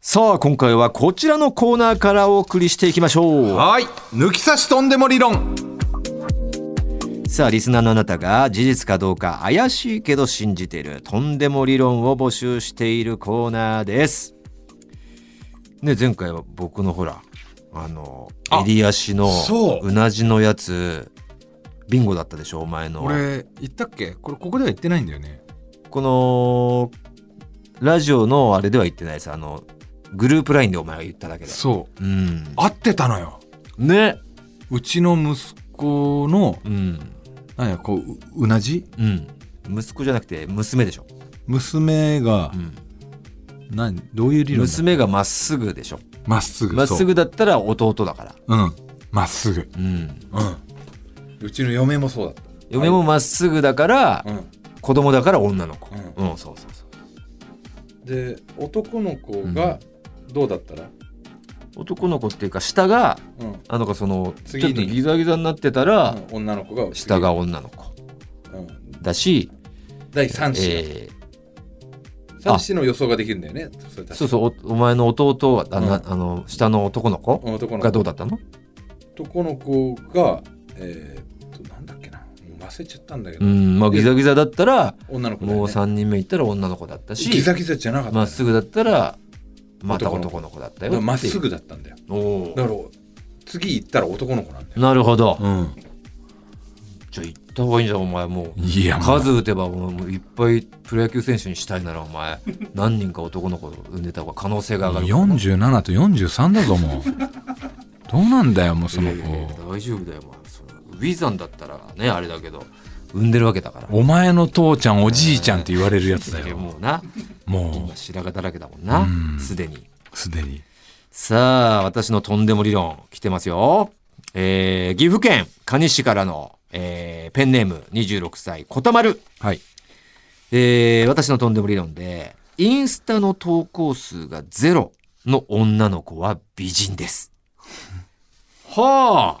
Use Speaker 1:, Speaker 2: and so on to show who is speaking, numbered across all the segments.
Speaker 1: さあ今回はこちらのコーナーからお送りしていきましょう
Speaker 2: はい抜き差しとんでも理論
Speaker 1: さあリスナーのあなたが事実かどうか怪しいけど信じているとんでも理論を募集しているコーナーですね前回は僕のほらあの
Speaker 2: あ
Speaker 1: 襟足の
Speaker 2: そう
Speaker 1: うなじのやつビンゴだったでしょお前の
Speaker 2: 俺言ったっけこれここでは言ってないんだよね
Speaker 1: このラジオのあれでは言ってないですあのグループラインでお前が言っただけで
Speaker 2: そう
Speaker 1: うん
Speaker 2: 合ってたのよ
Speaker 1: ね
Speaker 2: うちの息子の
Speaker 1: うん
Speaker 2: 何やこうううなじ
Speaker 1: うん息子じゃなくて娘でしょ、
Speaker 2: 娘が
Speaker 1: うん、
Speaker 2: 何どういう理論だ
Speaker 1: 娘がまっすぐでしょ
Speaker 2: まっすぐ
Speaker 1: まっすぐだったら弟だから、
Speaker 2: そううんまっすぐ
Speaker 1: うん、
Speaker 2: うんうちの嫁もそうだった
Speaker 1: 嫁もまっすぐだから
Speaker 2: うん
Speaker 1: 子供だから女の子う、
Speaker 2: うん
Speaker 1: そうそうそう
Speaker 2: で男の子
Speaker 1: が
Speaker 2: どうだったら
Speaker 1: 男の子っていうか下が
Speaker 2: うん
Speaker 1: あのかそのちょ
Speaker 2: 次
Speaker 1: っ
Speaker 2: に
Speaker 1: とギザギザになってたら
Speaker 2: 女の子が
Speaker 1: 下が女の子だし、
Speaker 2: 第3
Speaker 1: え
Speaker 2: 三子の予想ができるんだよね。
Speaker 1: ー、そうそうおお前の弟はあ,な、
Speaker 2: う
Speaker 1: あの下の男の子
Speaker 2: 男の
Speaker 1: がど
Speaker 2: 子
Speaker 1: うだったの
Speaker 2: 男の子が、えー、っと、なんだっけな。もう忘れちゃったんだけど、
Speaker 1: うんまあギザギザだったら
Speaker 2: 女の子だ
Speaker 1: も
Speaker 2: よ
Speaker 1: う
Speaker 2: ね。
Speaker 1: 3人目いったら女の子だったし
Speaker 2: ギザギザじゃなかった、
Speaker 1: まっす
Speaker 2: ぐ。
Speaker 1: ぐだったらまた
Speaker 2: 男
Speaker 1: 男の子だった
Speaker 2: だ
Speaker 1: よてい
Speaker 2: から
Speaker 1: う
Speaker 2: まっすぐだったんだよ。
Speaker 1: おー
Speaker 2: だから、次行ったら男の子なんだよ。
Speaker 1: なるほど、
Speaker 2: うん。
Speaker 1: じゃあ行った方がいいんじゃんお前もう
Speaker 2: いや、
Speaker 1: 数打てばもうもういっぱいプロ野球選手にしたいならお前何人か男の子を産んでた方が可能性が上がる
Speaker 2: 47と43だぞ、 もう。どうなんだよ、もう
Speaker 1: いやいやいや大丈夫だよお前そのウィザンだったらねあれだけど産んでるわけだから
Speaker 2: お前の父ちゃん、おじいちゃんって言われるやつ
Speaker 1: いやもうな
Speaker 2: も
Speaker 1: 今白髪だらけだもんな
Speaker 2: うん
Speaker 1: すでに
Speaker 2: う、すでに。
Speaker 1: さあ私のとんでも理論来てますよえー、岐阜県蟹市からの、えーペンネーム26歳こたまる
Speaker 2: はい。
Speaker 1: えー私のとんでも理論で、インスタの投稿数がゼロの女の子は美人です。はあ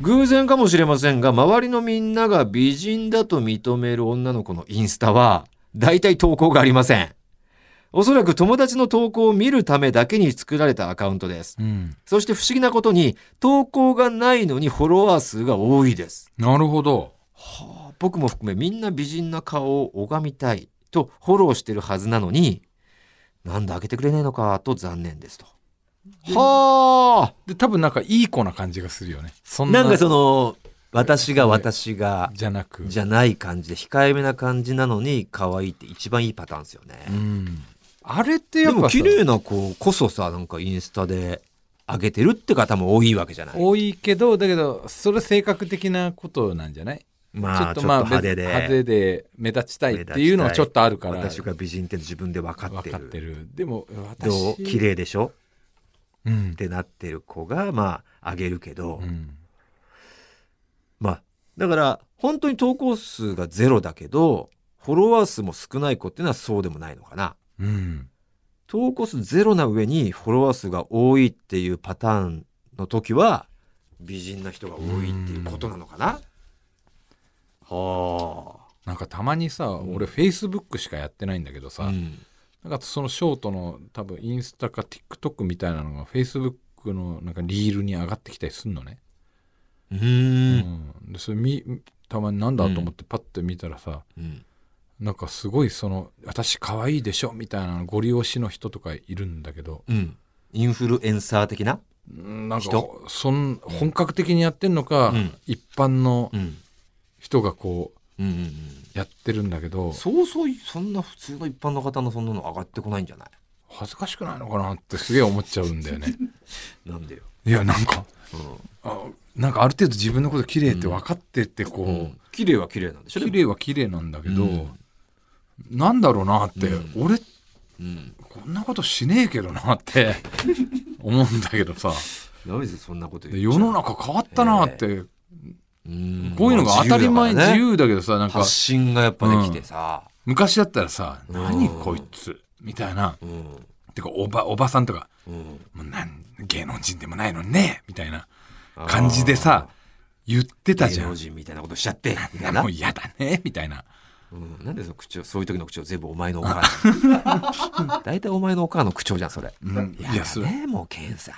Speaker 1: 偶然かもしれませんが、周りのみんなが美人だと認める女の子のインスタは、大体投稿がありません。おそらく友達の投稿を見るためだけに作られたアカウントです。
Speaker 2: うん。
Speaker 1: そして不思議なことに、投稿がないのにフォロワー数が多いです。
Speaker 2: なるほど。
Speaker 1: はあ、僕も含めみんな美人な顔を拝みたいとフォローしてるはずなのになんで開けてくれないのかと残念ですと。は
Speaker 2: で、多分なんかいい子な感じがするよね。そ
Speaker 1: あ
Speaker 2: んな。
Speaker 1: の私
Speaker 2: が
Speaker 1: 私が
Speaker 2: じゃなく。
Speaker 1: ゃない感じで控えめな感じなのに可愛いって一番いいパターンですよね。
Speaker 2: うん。あれって
Speaker 1: で
Speaker 2: やっ
Speaker 1: も
Speaker 2: ぱさ
Speaker 1: 綺麗な子こそさなんかインスタで上げてるって方も多いわけじゃない。
Speaker 2: 多いけど、だけど、それ性格的なことなんじゃない
Speaker 1: まあちょっと
Speaker 2: まあ
Speaker 1: 派手で
Speaker 2: 派手で目立ちたいっていうのはちょっとあるから。
Speaker 1: 私が美人って自分で分かってる。
Speaker 2: 分かってる。でも、私。
Speaker 1: どう綺麗でしょ
Speaker 2: うん
Speaker 1: っ。てなってる子がまあ上げるけど、
Speaker 2: うん。
Speaker 1: まあだから本当に投稿数がゼロだけどフォロワー数も少ない子っていうのはそうでもないのかな
Speaker 2: うん。
Speaker 1: 投稿数ゼロな上にフォロワー数が多いっていうパターンの時は美人な人が多いっていうことなのかなは
Speaker 2: なんかたまにさ、俺フェイスブックしかやってないんだけど
Speaker 1: あ、
Speaker 2: さ、
Speaker 1: うん、
Speaker 2: なんかそのショートの多分インスタか TikTok みたいなのがフェイスブックのなんかリールに上がってきたりすんのね。
Speaker 1: う
Speaker 2: うんん。でそれみたまになんだと思ってパッて見たらさ、
Speaker 1: うん
Speaker 2: なんかすごいその「私可愛いでしょ」みたいなご利用しの人とかいるんだけど
Speaker 1: うんインフルエンサー的な、
Speaker 2: うんなんか
Speaker 1: 人
Speaker 2: そん本格的にやってんのか、
Speaker 1: うん
Speaker 2: 一般の
Speaker 1: うん
Speaker 2: 人がこう
Speaker 1: うんうん
Speaker 2: やってるんだけど
Speaker 1: そうそうそんな普通の一般の方のそんなの上がってこないんじゃない
Speaker 2: 恥ずかしくないのかなってすげえ思っちゃうんだよね。
Speaker 1: なんでよ、
Speaker 2: いやなんか
Speaker 1: うん
Speaker 2: あなんかある程度自分のこと綺麗って分かってってこう、
Speaker 1: うん綺麗は綺麗なんでしょ
Speaker 2: 綺麗は綺麗なんだけど、
Speaker 1: うん
Speaker 2: なんだろうなって、
Speaker 1: う
Speaker 2: 俺
Speaker 1: うん
Speaker 2: こんなことしねえけどなって思うんだけどさ
Speaker 1: ダメですよそんなこと
Speaker 2: で
Speaker 1: 言っちゃ
Speaker 2: 世の中変わったなって、
Speaker 1: うん
Speaker 2: こういうのが当たり前、
Speaker 1: まあ
Speaker 2: 自
Speaker 1: 自由だからね
Speaker 2: 由だけどさ、なんか
Speaker 1: 発、信がやっぱできてさ、
Speaker 2: 昔だったらさ、
Speaker 1: うん
Speaker 2: 何こいつみたいな。
Speaker 1: うん
Speaker 2: てか、おば、おばさんとか、
Speaker 1: うん
Speaker 2: もうなん、芸能人でもないのにねみたいな感じでさ、言って
Speaker 1: あー
Speaker 2: たじ
Speaker 1: 芸
Speaker 2: ゃ
Speaker 1: 能
Speaker 2: ん。
Speaker 1: 人みたいなことしちゃってみたいな
Speaker 2: もう嫌だねみたいな。
Speaker 1: うん、なんでその口調そういう時の口調全部お前のお母さん 大体お前のお母の口調じゃんそれ、
Speaker 2: うん
Speaker 1: いや
Speaker 2: いやそれ
Speaker 1: ねもうケンさん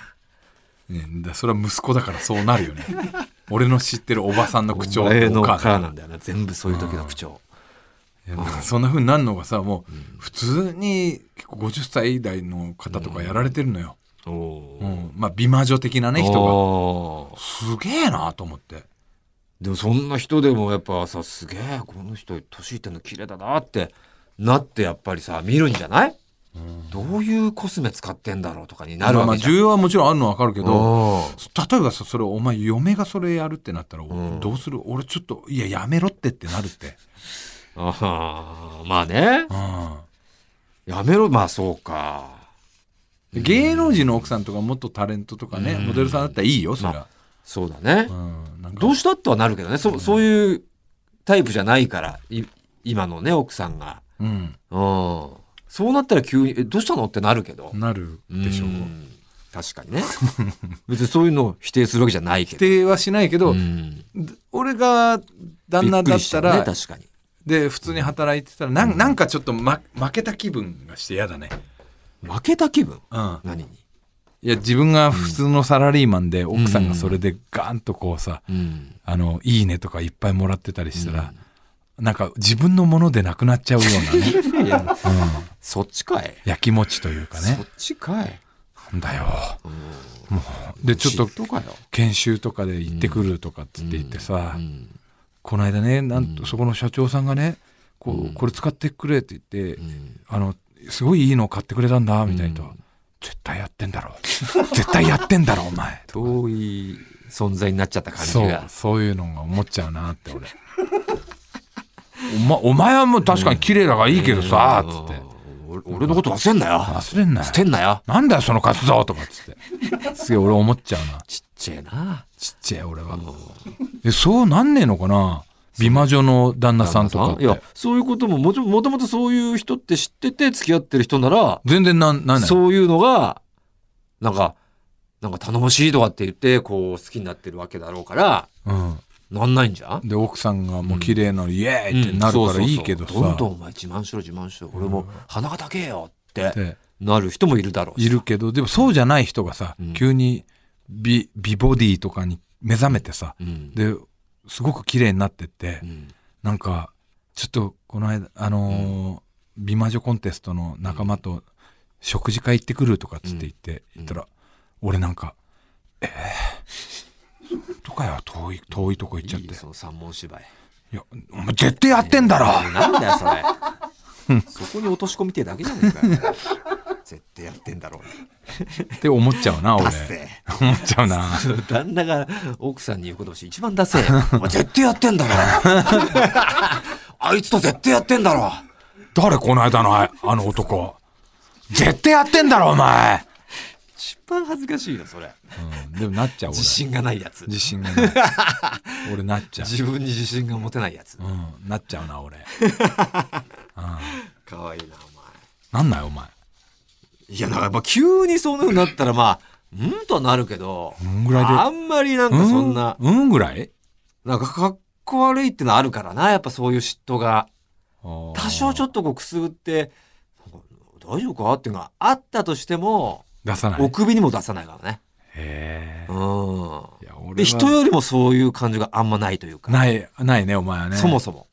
Speaker 2: ね、だそれは息子だからそうなる よね俺の知ってるおばさんの口
Speaker 1: お
Speaker 2: 調
Speaker 1: 前のお
Speaker 2: 母さ
Speaker 1: 母
Speaker 2: ん
Speaker 1: なんだよな全部そういう時の口調
Speaker 2: いやなんかそんな風になるのがさもう普通に結構50歳代の方とかやられてるのよ、
Speaker 1: おお
Speaker 2: う
Speaker 1: ー、
Speaker 2: んまあ、美魔女的なね人が
Speaker 1: おー
Speaker 2: すげえなと思って
Speaker 1: でもそんな人でもやっぱさすげえこの人年いってんの綺麗だなってなってやっぱりさ見るんじゃない、どういうコスメ使ってんだろうとかになる
Speaker 2: まあま
Speaker 1: わ
Speaker 2: あ
Speaker 1: けじゃん、
Speaker 2: 需要はもちろんあるのは分かるけど
Speaker 1: おー
Speaker 2: 例えばさそれお前嫁がそれやるってなったら
Speaker 1: ん
Speaker 2: どうする、俺ちょっといややめろってってな るって、
Speaker 1: あーまあね
Speaker 2: うん
Speaker 1: やめろまあそうか
Speaker 2: で芸能人の奥さんとか元タレントとかね、
Speaker 1: うん
Speaker 2: モデルさんだったらいいよそりゃ、
Speaker 1: そうだね、
Speaker 2: うんなんか
Speaker 1: どうしたとはなるけどねそそういうタイプじゃないからい今のね奥さんが、
Speaker 2: うん、
Speaker 1: うん、そうなったら急に「えどうしたの?」ってなるけど、
Speaker 2: なるでしょう
Speaker 1: うん確かにね別にそういうのを否定するわけじゃないけど、
Speaker 2: 否定はしないけど、
Speaker 1: うん、
Speaker 2: 俺が旦那だ
Speaker 1: びく
Speaker 2: ったら
Speaker 1: りしちゃうね、確かに
Speaker 2: で普通に働いてたらなんなんかちょっと、ま、負けた気分がして嫌だね、
Speaker 1: 負けた気分
Speaker 2: うん、
Speaker 1: 何に、
Speaker 2: いや自分が普通のサラリーマンで奥さんがそれでガーンとこうさ、
Speaker 1: うん、
Speaker 2: あのいいねとかいっぱいもらってたりしたら、なんか自分のものでなくなっちゃうような ね、
Speaker 1: いや
Speaker 2: うん、
Speaker 1: そっちかい、
Speaker 2: やきもちというかね
Speaker 1: そっちかい、
Speaker 2: なんだよ
Speaker 1: うん
Speaker 2: もうでちょっと
Speaker 1: 嫉妬かよ、
Speaker 2: 研修とかで行ってくるとかっつって言ってさ、
Speaker 1: うん
Speaker 2: この間ねなんとそこの社長さんがねこう、これ使ってくれって言って、
Speaker 1: うん
Speaker 2: あのすごいいいの買ってくれたんだみたいな、
Speaker 1: うん
Speaker 2: 絶対やってんだろ絶対やってんだろお前
Speaker 1: 遠い存在になっちゃった感じ
Speaker 2: そう
Speaker 1: が
Speaker 2: そういうのが思っちゃうなって俺お,、ま、お前はもう確かに綺麗だからいいけどさ、つって
Speaker 1: うん俺俺のこと忘れんなよ、
Speaker 2: 忘れんなよ
Speaker 1: 捨てんなよ
Speaker 2: なんだよその活動とかっつってすげえ俺思っちゃうな
Speaker 1: ちっちゃいな
Speaker 2: ちっちゃい俺はえそうなんねえのかな美魔女の旦那さんとかっ
Speaker 1: いや
Speaker 2: て
Speaker 1: そういうことももちろんもともとそういう人って知ってて付き合ってる人なら
Speaker 2: 全然なんなんない
Speaker 1: そういうのがなんかなんか頼もしいとかって言ってこう好きになってるわけだろうから
Speaker 2: うん、
Speaker 1: なんないんじゃん
Speaker 2: で奥さんがもう綺麗なの、イエーイってなるからいいけどさ、
Speaker 1: うんそうそうそうどんどんお前自慢しろ自慢しろ俺も鼻が高えよって
Speaker 2: で
Speaker 1: なる人もいるだろうし
Speaker 2: いるけどでもそうじゃない人がさ、
Speaker 1: うん
Speaker 2: 急に美美ボディとかに目覚めてさ
Speaker 1: うん
Speaker 2: ですごく綺麗になってって、
Speaker 1: うん
Speaker 2: なんかちょっとこの間あのー美魔女コンテストの仲間と食事会行ってくるとかっつって言って、言ったら俺なんかええー、とかよ遠い遠いとこ行っちゃっ
Speaker 1: いい
Speaker 2: てい
Speaker 1: よその三文芝居
Speaker 2: やお前絶対やってんだろ、
Speaker 1: なんだよそれ そこに落とし込みてえだけじゃねえかよ絶対やってんだろうね
Speaker 2: って思っちゃうな俺
Speaker 1: ダッセえ
Speaker 2: 思っちゃうな
Speaker 1: 旦那が奥さんに言うことし一番ダセえ お前絶対やってんだろあいつと絶対やってんだろ
Speaker 2: 誰この間のああの男絶対やってんだろお前、
Speaker 1: 一番恥ずかしいよそれ
Speaker 2: でもなっちゃう俺
Speaker 1: 自信がないやつ
Speaker 2: 自信がない俺なっちゃう、
Speaker 1: 自分に自信が持てないやつ
Speaker 2: うん、なっちゃうな俺
Speaker 1: かわいいなお
Speaker 2: なんないお前
Speaker 1: 前いやだからまあ急にそんなふうになったらまあうんとはなるけど
Speaker 2: んぐらいで
Speaker 1: あんまりなんかそんな、
Speaker 2: うん、うんぐらい
Speaker 1: なんかかっこ悪いってのあるからなやっぱそういう嫉妬が多
Speaker 2: 多
Speaker 1: 少ちょっとこうくすぐってなんか大丈夫かっていうのがあったとしても、
Speaker 2: 出さない
Speaker 1: お首にも出さないからね。
Speaker 2: へえ
Speaker 1: う
Speaker 2: いや
Speaker 1: ん。
Speaker 2: 俺
Speaker 1: で
Speaker 2: は
Speaker 1: 人よりもそういう感じがあんまないというか、
Speaker 2: ないないねお前はね
Speaker 1: そもそも。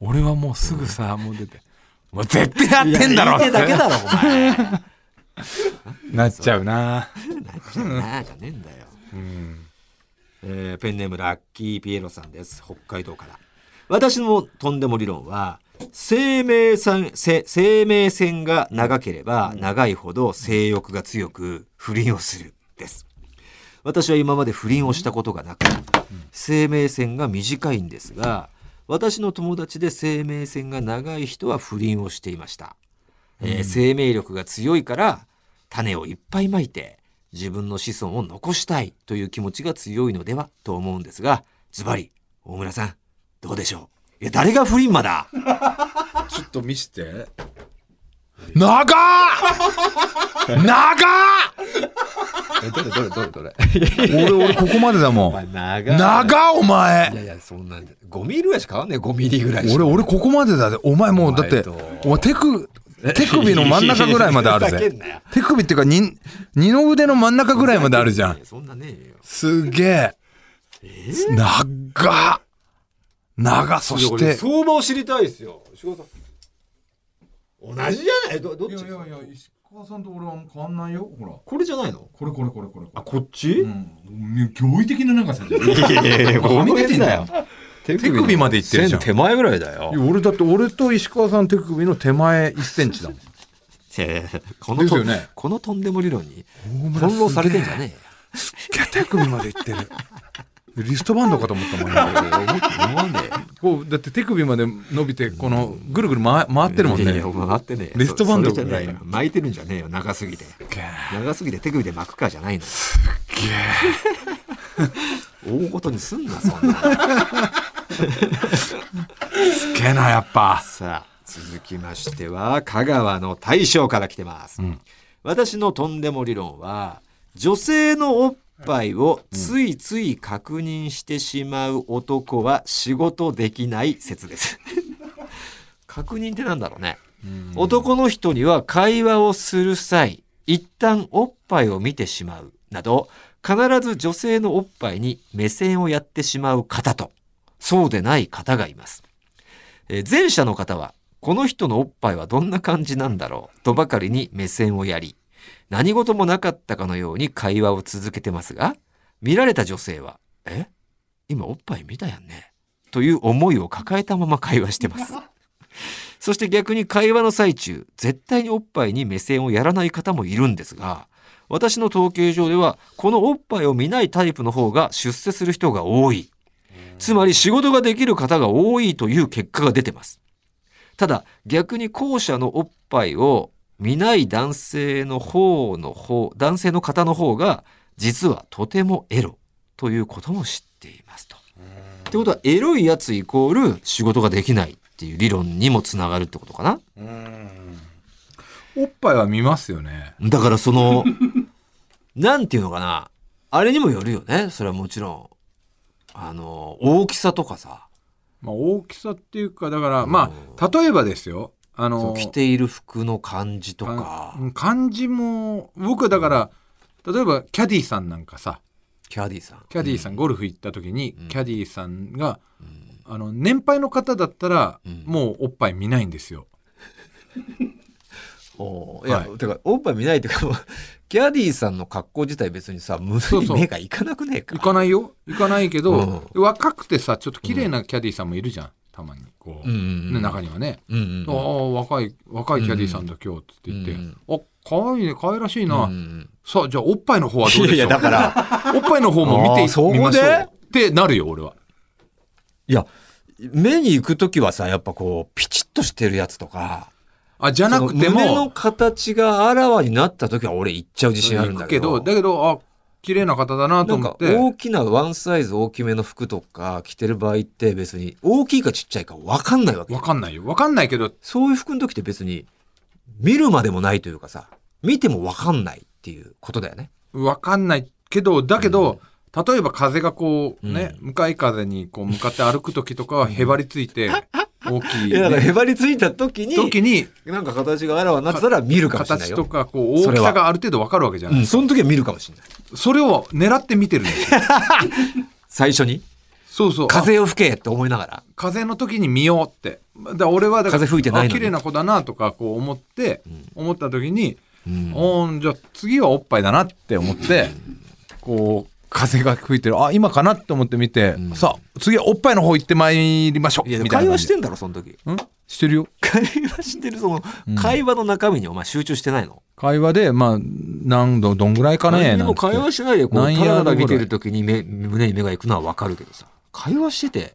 Speaker 2: 俺はもうすぐさ、もう出てもう絶対やってんだろ
Speaker 1: いや言いてえだけだろ、お前。
Speaker 2: なっちゃうな、
Speaker 1: なあじゃねえんだよ。
Speaker 2: うん、
Speaker 1: えーペンネームラッキーピエロさんです北海道から私のとんでも理論は生命線せ生命線が長ければ長いほど性欲が強く不倫をするです私は今まで不倫をしたことがなく生命線が短いんですが私の友達で生命線が長い人は不倫をしていましたえー生命力が強いから種をいっぱいまいて自分の子孫を残したいという気持ちが強いのではと思うんですがズバリ大村さんどうでしょういや誰がフリンマだ
Speaker 2: ちょっと見せて長っ長っ
Speaker 1: えどれどれどれどれ
Speaker 2: 俺、俺、ここまでだも
Speaker 1: お前
Speaker 2: ん。
Speaker 1: 長い
Speaker 2: 長っお前
Speaker 1: いやいやそんなんで5ミリぐらいしか変わんねえ5ミリぐらいし
Speaker 2: 俺、
Speaker 1: か
Speaker 2: 俺、ここまでだぜ。お前、もう、だって
Speaker 1: お前と、
Speaker 2: お前、手首、手首の真ん中ぐらいまである
Speaker 1: ふざけ
Speaker 2: ぜ
Speaker 1: んなよ。
Speaker 2: 手首っていうか、に二の腕の真ん中ぐらいまであるじゃん。
Speaker 1: そんなねえよ
Speaker 2: すげえ。長っ長っそし
Speaker 1: いやこれ
Speaker 2: て。
Speaker 1: 相場を知りたいですよ志賀さん同じじゃないどどっち
Speaker 2: 石川さんと俺は変わんないよ。ほら。
Speaker 1: これじゃないの
Speaker 2: これこれこれこれ。
Speaker 1: あこっち、
Speaker 2: ん。驚異的な長さじゃん。
Speaker 1: いやいやいや
Speaker 2: はみ出てんだよ
Speaker 1: 手
Speaker 2: 手首までいってるじゃん
Speaker 1: 線手前ぐらいだよ
Speaker 2: 俺だって俺と石川さん手首の手前1センチだもん。
Speaker 1: いやいやこ
Speaker 2: で
Speaker 1: の
Speaker 2: す
Speaker 1: と、
Speaker 2: よね
Speaker 1: このとんでも理論に
Speaker 2: 村
Speaker 1: 翻弄されてんじゃね
Speaker 2: 手首までいってる。リストバンドかと思ったもん
Speaker 1: え
Speaker 2: ね。
Speaker 1: よ思わねえ
Speaker 2: こうだって手首まで伸びてこのぐるぐる回回ってるもん
Speaker 1: いや
Speaker 2: ね
Speaker 1: い。や回ってねえ
Speaker 2: リストバンド
Speaker 1: そそれじゃねえ
Speaker 2: ぐ
Speaker 1: よ巻いてるんじゃねえよ長すぎて
Speaker 2: げえ
Speaker 1: 長すぎて手首で巻くかじゃないの
Speaker 2: げ
Speaker 1: 大ごとにすんなそんな
Speaker 2: えすげえなやっぱ。
Speaker 1: さあ続きましては香川の大将から来てます、私のとんでも理論は女性のおっぱいをついつい確認してしまう男は仕事できない説です確認ってなんだろうね男の人には会話をする際一旦おっぱいを見てしまうなど必ず女性のおっぱいに目線をやってしまう方とそうでない方がいますえー前者の方はこの人のおっぱいはどんな感じなんだろうとばかりに目線をやり何事もなかったかのように会話を続けてますが見られた女性は「え今おっぱい見たやんね」という思いを抱えたまま会話してます。そして逆に会話の最中絶対におっぱいに目線をやらない方もいるんですが私の統計上ではこのおっぱいを見ないタイプの方が出世する人が多いつまり仕事ができる方が多いという結果が出てます。ただ逆に後者のおっぱいを見ない男性の方の方、男性の方の方が実はとてもエロということも知っていますと。ってことはエロいやつイコール仕事ができないっていう理論にもつながるってことかな。
Speaker 2: おっぱいは見ますよね。
Speaker 1: だからそ の、なんていうのかな。あれにもよるよね。それはもちろん。あの、大きさとかさ、
Speaker 2: まあ大きさっていうかだからまあ例えばですよ。あ
Speaker 1: その
Speaker 2: の
Speaker 1: 着ている服の感じとか。
Speaker 2: あ漢字も僕はだから例えばキャディさんなんかさ
Speaker 1: キャディさん。
Speaker 2: キャディさん、ゴルフ行った時に、
Speaker 1: うん
Speaker 2: キャディさんが
Speaker 1: うん。
Speaker 2: あの年配の方だったら、
Speaker 1: うん
Speaker 2: もうおっぱい見ないんですよ。
Speaker 1: おーいや、
Speaker 2: はい
Speaker 1: てか、おっぱい見ないっていうか、もうキャディさんの格好自体別にさ、胸
Speaker 2: そう
Speaker 1: に
Speaker 2: そう
Speaker 1: 目がいかなくねえか。
Speaker 2: 行かないよ行かないけど、
Speaker 1: う
Speaker 2: 若くてさちょっと綺麗なキャディさんもいるじゃんたまにこう、
Speaker 1: うんうんうん
Speaker 2: ね、中にはね。
Speaker 1: うんうんうん。
Speaker 2: ああ若い若いキャディさんだ今日って言って「
Speaker 1: うん
Speaker 2: あ可愛いね可愛らしいな、
Speaker 1: うんうん
Speaker 2: さあじゃあおっぱいの方はどうで
Speaker 1: い
Speaker 2: しょう
Speaker 1: やいやだから
Speaker 2: おっぱいの方も見て
Speaker 1: あーそこで
Speaker 2: みましょう」ってなるよ俺は。
Speaker 1: いや、目に行くときはさ、やっぱこう、ピチッとしてるやつとか、
Speaker 2: あじゃなくて
Speaker 1: そ
Speaker 2: も
Speaker 1: の胸の形があらわになったときは俺行っちゃう自信あるん
Speaker 2: 行
Speaker 1: だ
Speaker 2: くけ
Speaker 1: け
Speaker 2: ど
Speaker 1: ど。
Speaker 2: だけどあ綺麗な方だなと
Speaker 1: なん
Speaker 2: 思っ
Speaker 1: か
Speaker 2: て
Speaker 1: 大きなワンサイズ大きめの服とか着てる場合って別に大きいかちっちゃいか分かんないわけ
Speaker 2: わかんないよわかんないけど
Speaker 1: そういう服の時って別に見るまでもないというかさ、見てもわかんないっていうことだよね。
Speaker 2: わかんないけどだけど、例えば風がこうね、
Speaker 1: う
Speaker 2: 向かい風にこう向かって歩く時とかはへばりついて大き
Speaker 1: い
Speaker 2: い、
Speaker 1: や、だから
Speaker 2: ね
Speaker 1: へばりついた時に、
Speaker 2: 時に
Speaker 1: なんか形があらわになってたら見るかもしれない
Speaker 2: 形と
Speaker 1: よ。
Speaker 2: かこう大きさがある程度わかるわけじゃ
Speaker 1: う
Speaker 2: ない
Speaker 1: ん、その時は見るかもしれない。
Speaker 2: それを狙って見てるんで すよ
Speaker 1: 最初に。
Speaker 2: そうそうあ
Speaker 1: 風を吹けって思いながら。
Speaker 2: 風の時に見ようってだから俺はだから
Speaker 1: 風吹いてないのに
Speaker 2: あ綺麗な子だなとかこう思って、思った時に、
Speaker 1: うん
Speaker 2: おーじゃあ次はおっぱいだなって思って、こう風が吹いてるあ今かなって思って見て、
Speaker 1: ん
Speaker 2: さあ次はおっぱいの方行ってまいりましょう
Speaker 1: いや、でも
Speaker 2: みたい
Speaker 1: 会
Speaker 2: な感
Speaker 1: 話
Speaker 2: じ
Speaker 1: し
Speaker 2: で
Speaker 1: てんだろ、その時。
Speaker 2: んしてるよ
Speaker 1: 会話してる、その、会話の中身にお前集中してないの。
Speaker 2: 会話でまあ何度どんぐらいか
Speaker 1: 何
Speaker 2: ね
Speaker 1: にも
Speaker 2: なんつっ
Speaker 1: 会
Speaker 2: て
Speaker 1: 話しないで、こう、
Speaker 2: 何
Speaker 1: た
Speaker 2: ヤード
Speaker 1: だた
Speaker 2: ぐら
Speaker 1: だ見て
Speaker 2: い
Speaker 1: る時に目胸に目が行くのはわかるけどさ。会話してて、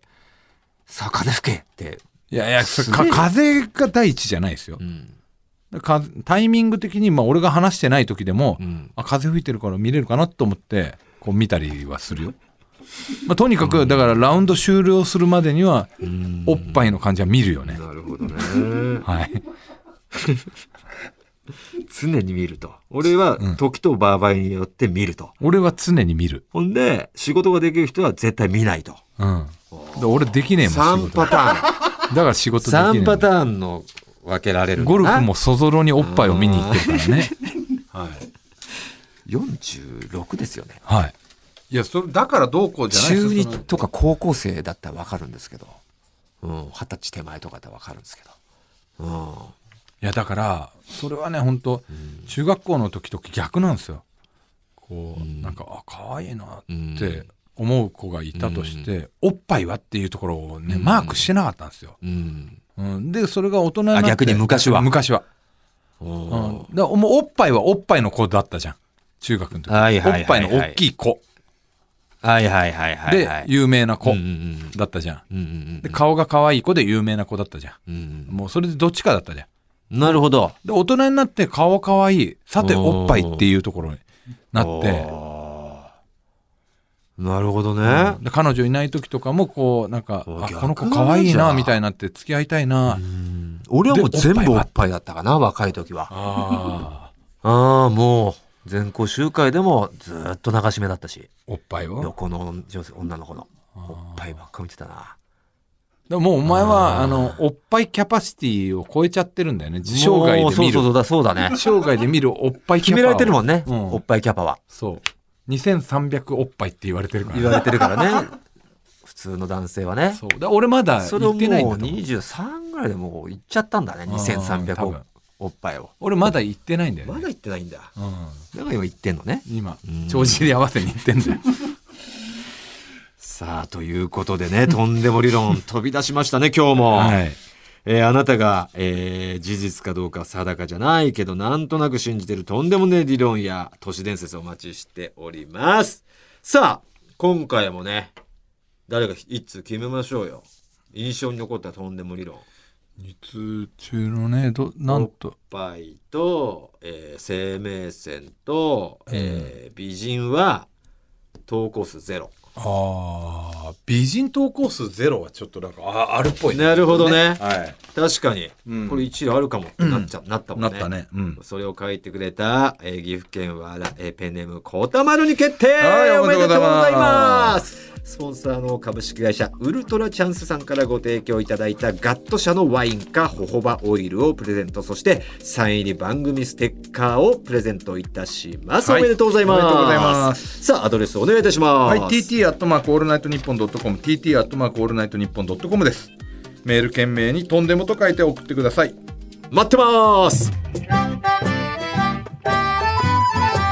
Speaker 1: さあ風吹けって。
Speaker 2: いやいや
Speaker 1: す
Speaker 2: か
Speaker 1: げえ
Speaker 2: 風が第一じゃないですよ
Speaker 1: う、ん。
Speaker 2: かタイミング的に、まあ、俺が話してない時でも、
Speaker 1: うん。
Speaker 2: あ風吹いてるから見れるかなと思ってこう見たりはするよ、まあ、とにかくだからラウンド終了するまでにはおっぱいの感じは見るよね
Speaker 1: なるほどね。
Speaker 2: はい
Speaker 1: 常に見ると。俺は
Speaker 2: うん
Speaker 1: 時と場合によって見ると。
Speaker 2: 俺は常に見る。
Speaker 1: ほんで、仕事ができる人は絶対見ないと。
Speaker 2: うん。で俺できねえもん、仕
Speaker 1: 3
Speaker 2: 事。
Speaker 1: パ
Speaker 2: だ
Speaker 1: ターン。
Speaker 2: から仕事できねえ
Speaker 1: 3
Speaker 2: の。
Speaker 1: パターンの分けられるんだ
Speaker 2: ゴル
Speaker 1: な
Speaker 2: フ。もそぞろにおっぱいを見に行ってるからね。
Speaker 1: はい。46ですよね。
Speaker 2: はい。いや、それ、だからどうこう
Speaker 1: 中
Speaker 2: ですよ
Speaker 1: 2とか高校生だったら分かるんですけど、うん、二十歳手前とかだったら分かるんですけど、うん、
Speaker 2: いやだからそれはね本当中学校の時と逆なんですよ。こう、なんかあ可愛いなって思う子がいたとして、おっぱいはっていうところをね、マークしてなかったんですよ。
Speaker 1: うん
Speaker 2: うん、でそれが大人になって
Speaker 1: あ逆に昔は
Speaker 2: 昔は、うん、だ
Speaker 1: おー
Speaker 2: からもうおっぱいはおっぱいの子だったじゃん中学の時、
Speaker 1: はいはいはいはい
Speaker 2: おっぱいの大きい子
Speaker 1: はいはいはいはい
Speaker 2: で
Speaker 1: はい
Speaker 2: 有名な子
Speaker 1: うんうん
Speaker 2: だったじゃん、
Speaker 1: うんうん
Speaker 2: で顔が可愛い子で有名な子だったじゃん
Speaker 1: うんうん
Speaker 2: もうそれでどっちかだったじゃん
Speaker 1: うんなるほど
Speaker 2: で大人になって顔可愛いさて
Speaker 1: おー
Speaker 2: おっぱいっていうところになっ
Speaker 1: お
Speaker 2: て
Speaker 1: ーなるほどね
Speaker 2: で彼女いない時とかもこうなんか
Speaker 1: お
Speaker 2: あ
Speaker 1: 逆
Speaker 2: この子可愛い
Speaker 1: なん
Speaker 2: な
Speaker 1: だ
Speaker 2: みたいになって付き合いたいな
Speaker 1: うん俺はもう全部おっぱいだったかな若い時は
Speaker 2: あー
Speaker 1: ああもう全校集会でもずーっと流し目だったし
Speaker 2: おっぱいを
Speaker 1: 横の女性女の子のおっぱいばっか見てたな
Speaker 2: でももうお前は
Speaker 1: あー
Speaker 2: あのおっぱいキャパシティを超えちゃってるんだよね生涯で
Speaker 1: もうそ
Speaker 2: 見
Speaker 1: うそう
Speaker 2: る
Speaker 1: そうだそうだね
Speaker 2: 生涯で見るおっぱいキャパ
Speaker 1: 決められてるもんね、
Speaker 2: うん
Speaker 1: おっぱいキャパは
Speaker 2: そう2300おっぱいって言われてるから
Speaker 1: 言われてるからね 普通の男性はね
Speaker 2: そうだ俺まだ
Speaker 1: それをも
Speaker 2: 行っ
Speaker 1: う
Speaker 2: てないんだと思う
Speaker 1: 23ぐらいでもう行っちゃったんだね
Speaker 2: あー多
Speaker 1: 2300
Speaker 2: 分
Speaker 1: おっぱいを
Speaker 2: 俺まだ行ってないんだよ
Speaker 1: ま
Speaker 2: ね、
Speaker 1: だ行ってないんだ
Speaker 2: うん、
Speaker 1: だから今行ってんのね
Speaker 2: 今
Speaker 1: うん
Speaker 2: 帳尻合わせに行ってんだよ
Speaker 1: さあということでねとんでも理論飛び出しましたね今日も、
Speaker 2: はい。
Speaker 1: えーあなたが、えー事実かどうか定かじゃないけどなんとなく信じてるとんでもねえ理論や都市伝説をお待ちしておりますさあ今回もね誰か一通決めましょうよ印象に残ったとんでも理論
Speaker 2: 日通中のね、ど、なんと。
Speaker 1: パイと、えー生命線と、えー美人は投稿数ゼロ
Speaker 2: ああ、美人投稿数ゼロはちょっとなんか、あ、あるっぽい
Speaker 1: なるほどね
Speaker 2: はい。
Speaker 1: 確かに、
Speaker 2: うん
Speaker 1: これ一理あるかもってなっちゃ、なったもんね
Speaker 2: なったね。うん。
Speaker 1: それを書いてくれた、えー岐阜県はら、えーペンネームこたまるに決定、
Speaker 2: はい
Speaker 1: お
Speaker 2: お
Speaker 1: め
Speaker 2: め
Speaker 1: で
Speaker 2: で
Speaker 1: と
Speaker 2: と
Speaker 1: う
Speaker 2: う
Speaker 1: ござ
Speaker 2: ござ
Speaker 1: い
Speaker 2: い
Speaker 1: ま
Speaker 2: ます
Speaker 1: スポンサーの株式会社ウルトラチャンスさんからご提供いただいたガット社のワインかホホバオイルをプレゼントそしてサイン入り番組ステッカーをプレゼントいたします、
Speaker 2: はい
Speaker 1: おめでとうございます
Speaker 2: おめでとうございます
Speaker 1: さあアドレスお願いいたします
Speaker 2: はい、TT アットマークオールナイトニッポンドットコム、TT アットマークオールナイトニッポンドットコムです。メール件名にとんでもと書いて送ってください。
Speaker 1: 待ってます
Speaker 3: オールナイトニッ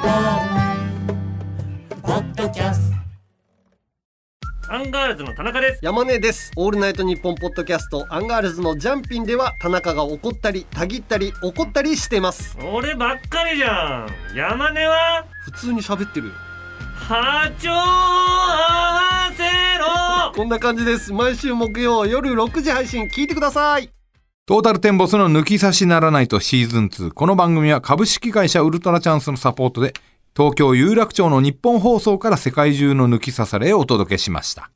Speaker 3: ポン」ポッドキャスト
Speaker 4: アンガールズの田中です。
Speaker 5: 山根ですオールナイトニッポンポッドキャストアンガールズのジャンピンでは田中が怒ったりたぎったり怒ったりしてます
Speaker 4: 俺ばっかりじゃん。山根は
Speaker 5: 普通に喋ってるよ
Speaker 4: 波長合わせろ。
Speaker 5: こんな感じです毎週木曜夜6時配信聞いてください
Speaker 2: トータルテンボスの抜き差しならないとシーズン2。この番組は株式会社ウルトラチャンスのサポートで、東京有楽町の日本放送から世界中の抜き差されをお届けしました。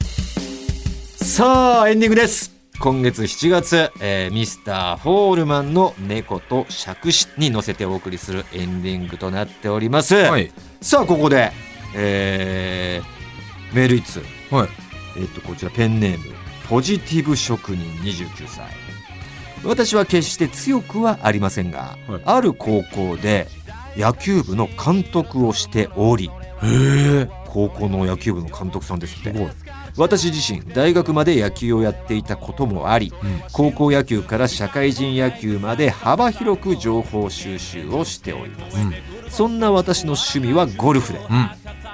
Speaker 1: さあエンディングです今月7月、えーミスター・フォールマンの「猫と杓子」に乗せてお送りするエンディングとなっております、
Speaker 2: はい。
Speaker 1: さあここで、えーメール一通、
Speaker 2: はい。
Speaker 1: えっとこちらペンネームポジティブ職人29歳私は決して強くはありませんが、
Speaker 2: はい
Speaker 1: ある高校で野球部の監督をしており高校の野球部の監督さんですって
Speaker 2: すごい
Speaker 1: 私自身大学まで野球をやっていたこともあり、
Speaker 2: ん
Speaker 1: 高校野球から社会人野球まで幅広く情報収集をしております、そんな私の趣味はゴルフで、
Speaker 2: うん。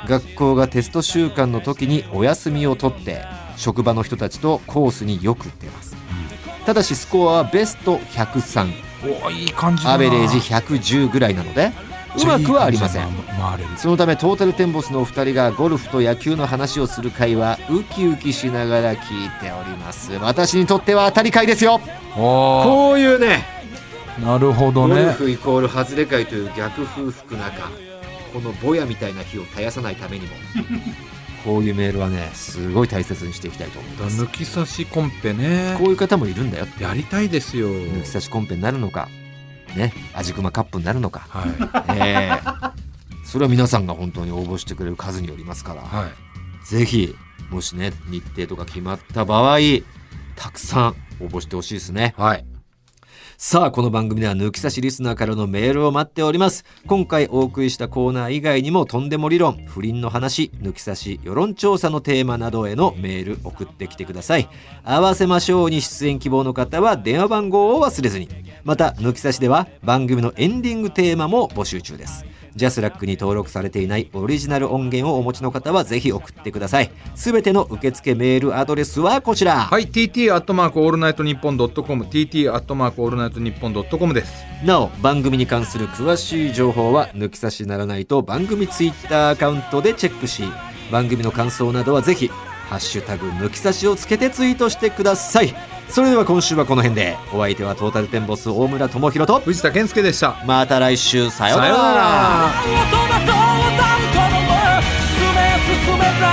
Speaker 1: 学校がテスト週間の時にお休みを取って職場の人たちとコースによく出ます、ただしスコアはベスト103
Speaker 2: おいい感じだな
Speaker 1: アベレージ110ぐらいなのでうまくはありません
Speaker 2: 回れる
Speaker 1: そのためトータルテンボスのお二人がゴルフと野球の話をする会はウキウキしながら聞いております私にとっては当たり会ですよ
Speaker 2: お
Speaker 1: こういうね
Speaker 2: ーなるほど
Speaker 1: ゴル
Speaker 2: ね
Speaker 1: フイコール外れ会という逆風吹く中このボヤみたいな火を絶やさないためにも こういうメールはねすごい大切にしていきたいと思います
Speaker 2: 抜き差しコンペね
Speaker 1: こういう方もいるんだよ
Speaker 2: やりたいですよ
Speaker 1: 抜き差しコンペになるのかね味熊カップになるのか、
Speaker 2: はい
Speaker 1: えーそれは皆さんが本当に応募してくれる数によりますから、
Speaker 2: はい
Speaker 1: ぜひもしね日程とか決まった場合たくさん応募してほしいですね
Speaker 2: はい
Speaker 1: さあこの番組では抜き差しリスナーからのメールを待っております今回お送りしたコーナー以外にもとんでも理論不倫の話抜き差し世論調査のテーマなどへのメール送ってきてください合わせましょうに出演希望の方は電話番号を忘れずにまた抜き差しでは番組のエンディングテーマも募集中ですジャスラックに登録されていないオリジナル音源をお持ちの方はぜひ送ってくださいすべての受付メールアドレスはこちら
Speaker 2: はい TT アットマークオールナイトニッポンドットコム TT アットマークオールナイトニッポンドットコムです
Speaker 1: なお番組に関する詳しい情報は抜き差しならないと番組ツイッターアカウントでチェックし番組の感想などはぜひ「ハッシュタグ抜き差し」をつけてツイートしてくださいそれでは今週はこの辺でお相手はトータルテンボス大村智広と
Speaker 2: 藤田健介でした
Speaker 1: また来週さような
Speaker 2: さような
Speaker 1: ら
Speaker 2: ら
Speaker 3: 「音がそう歌う子供進め進めたら」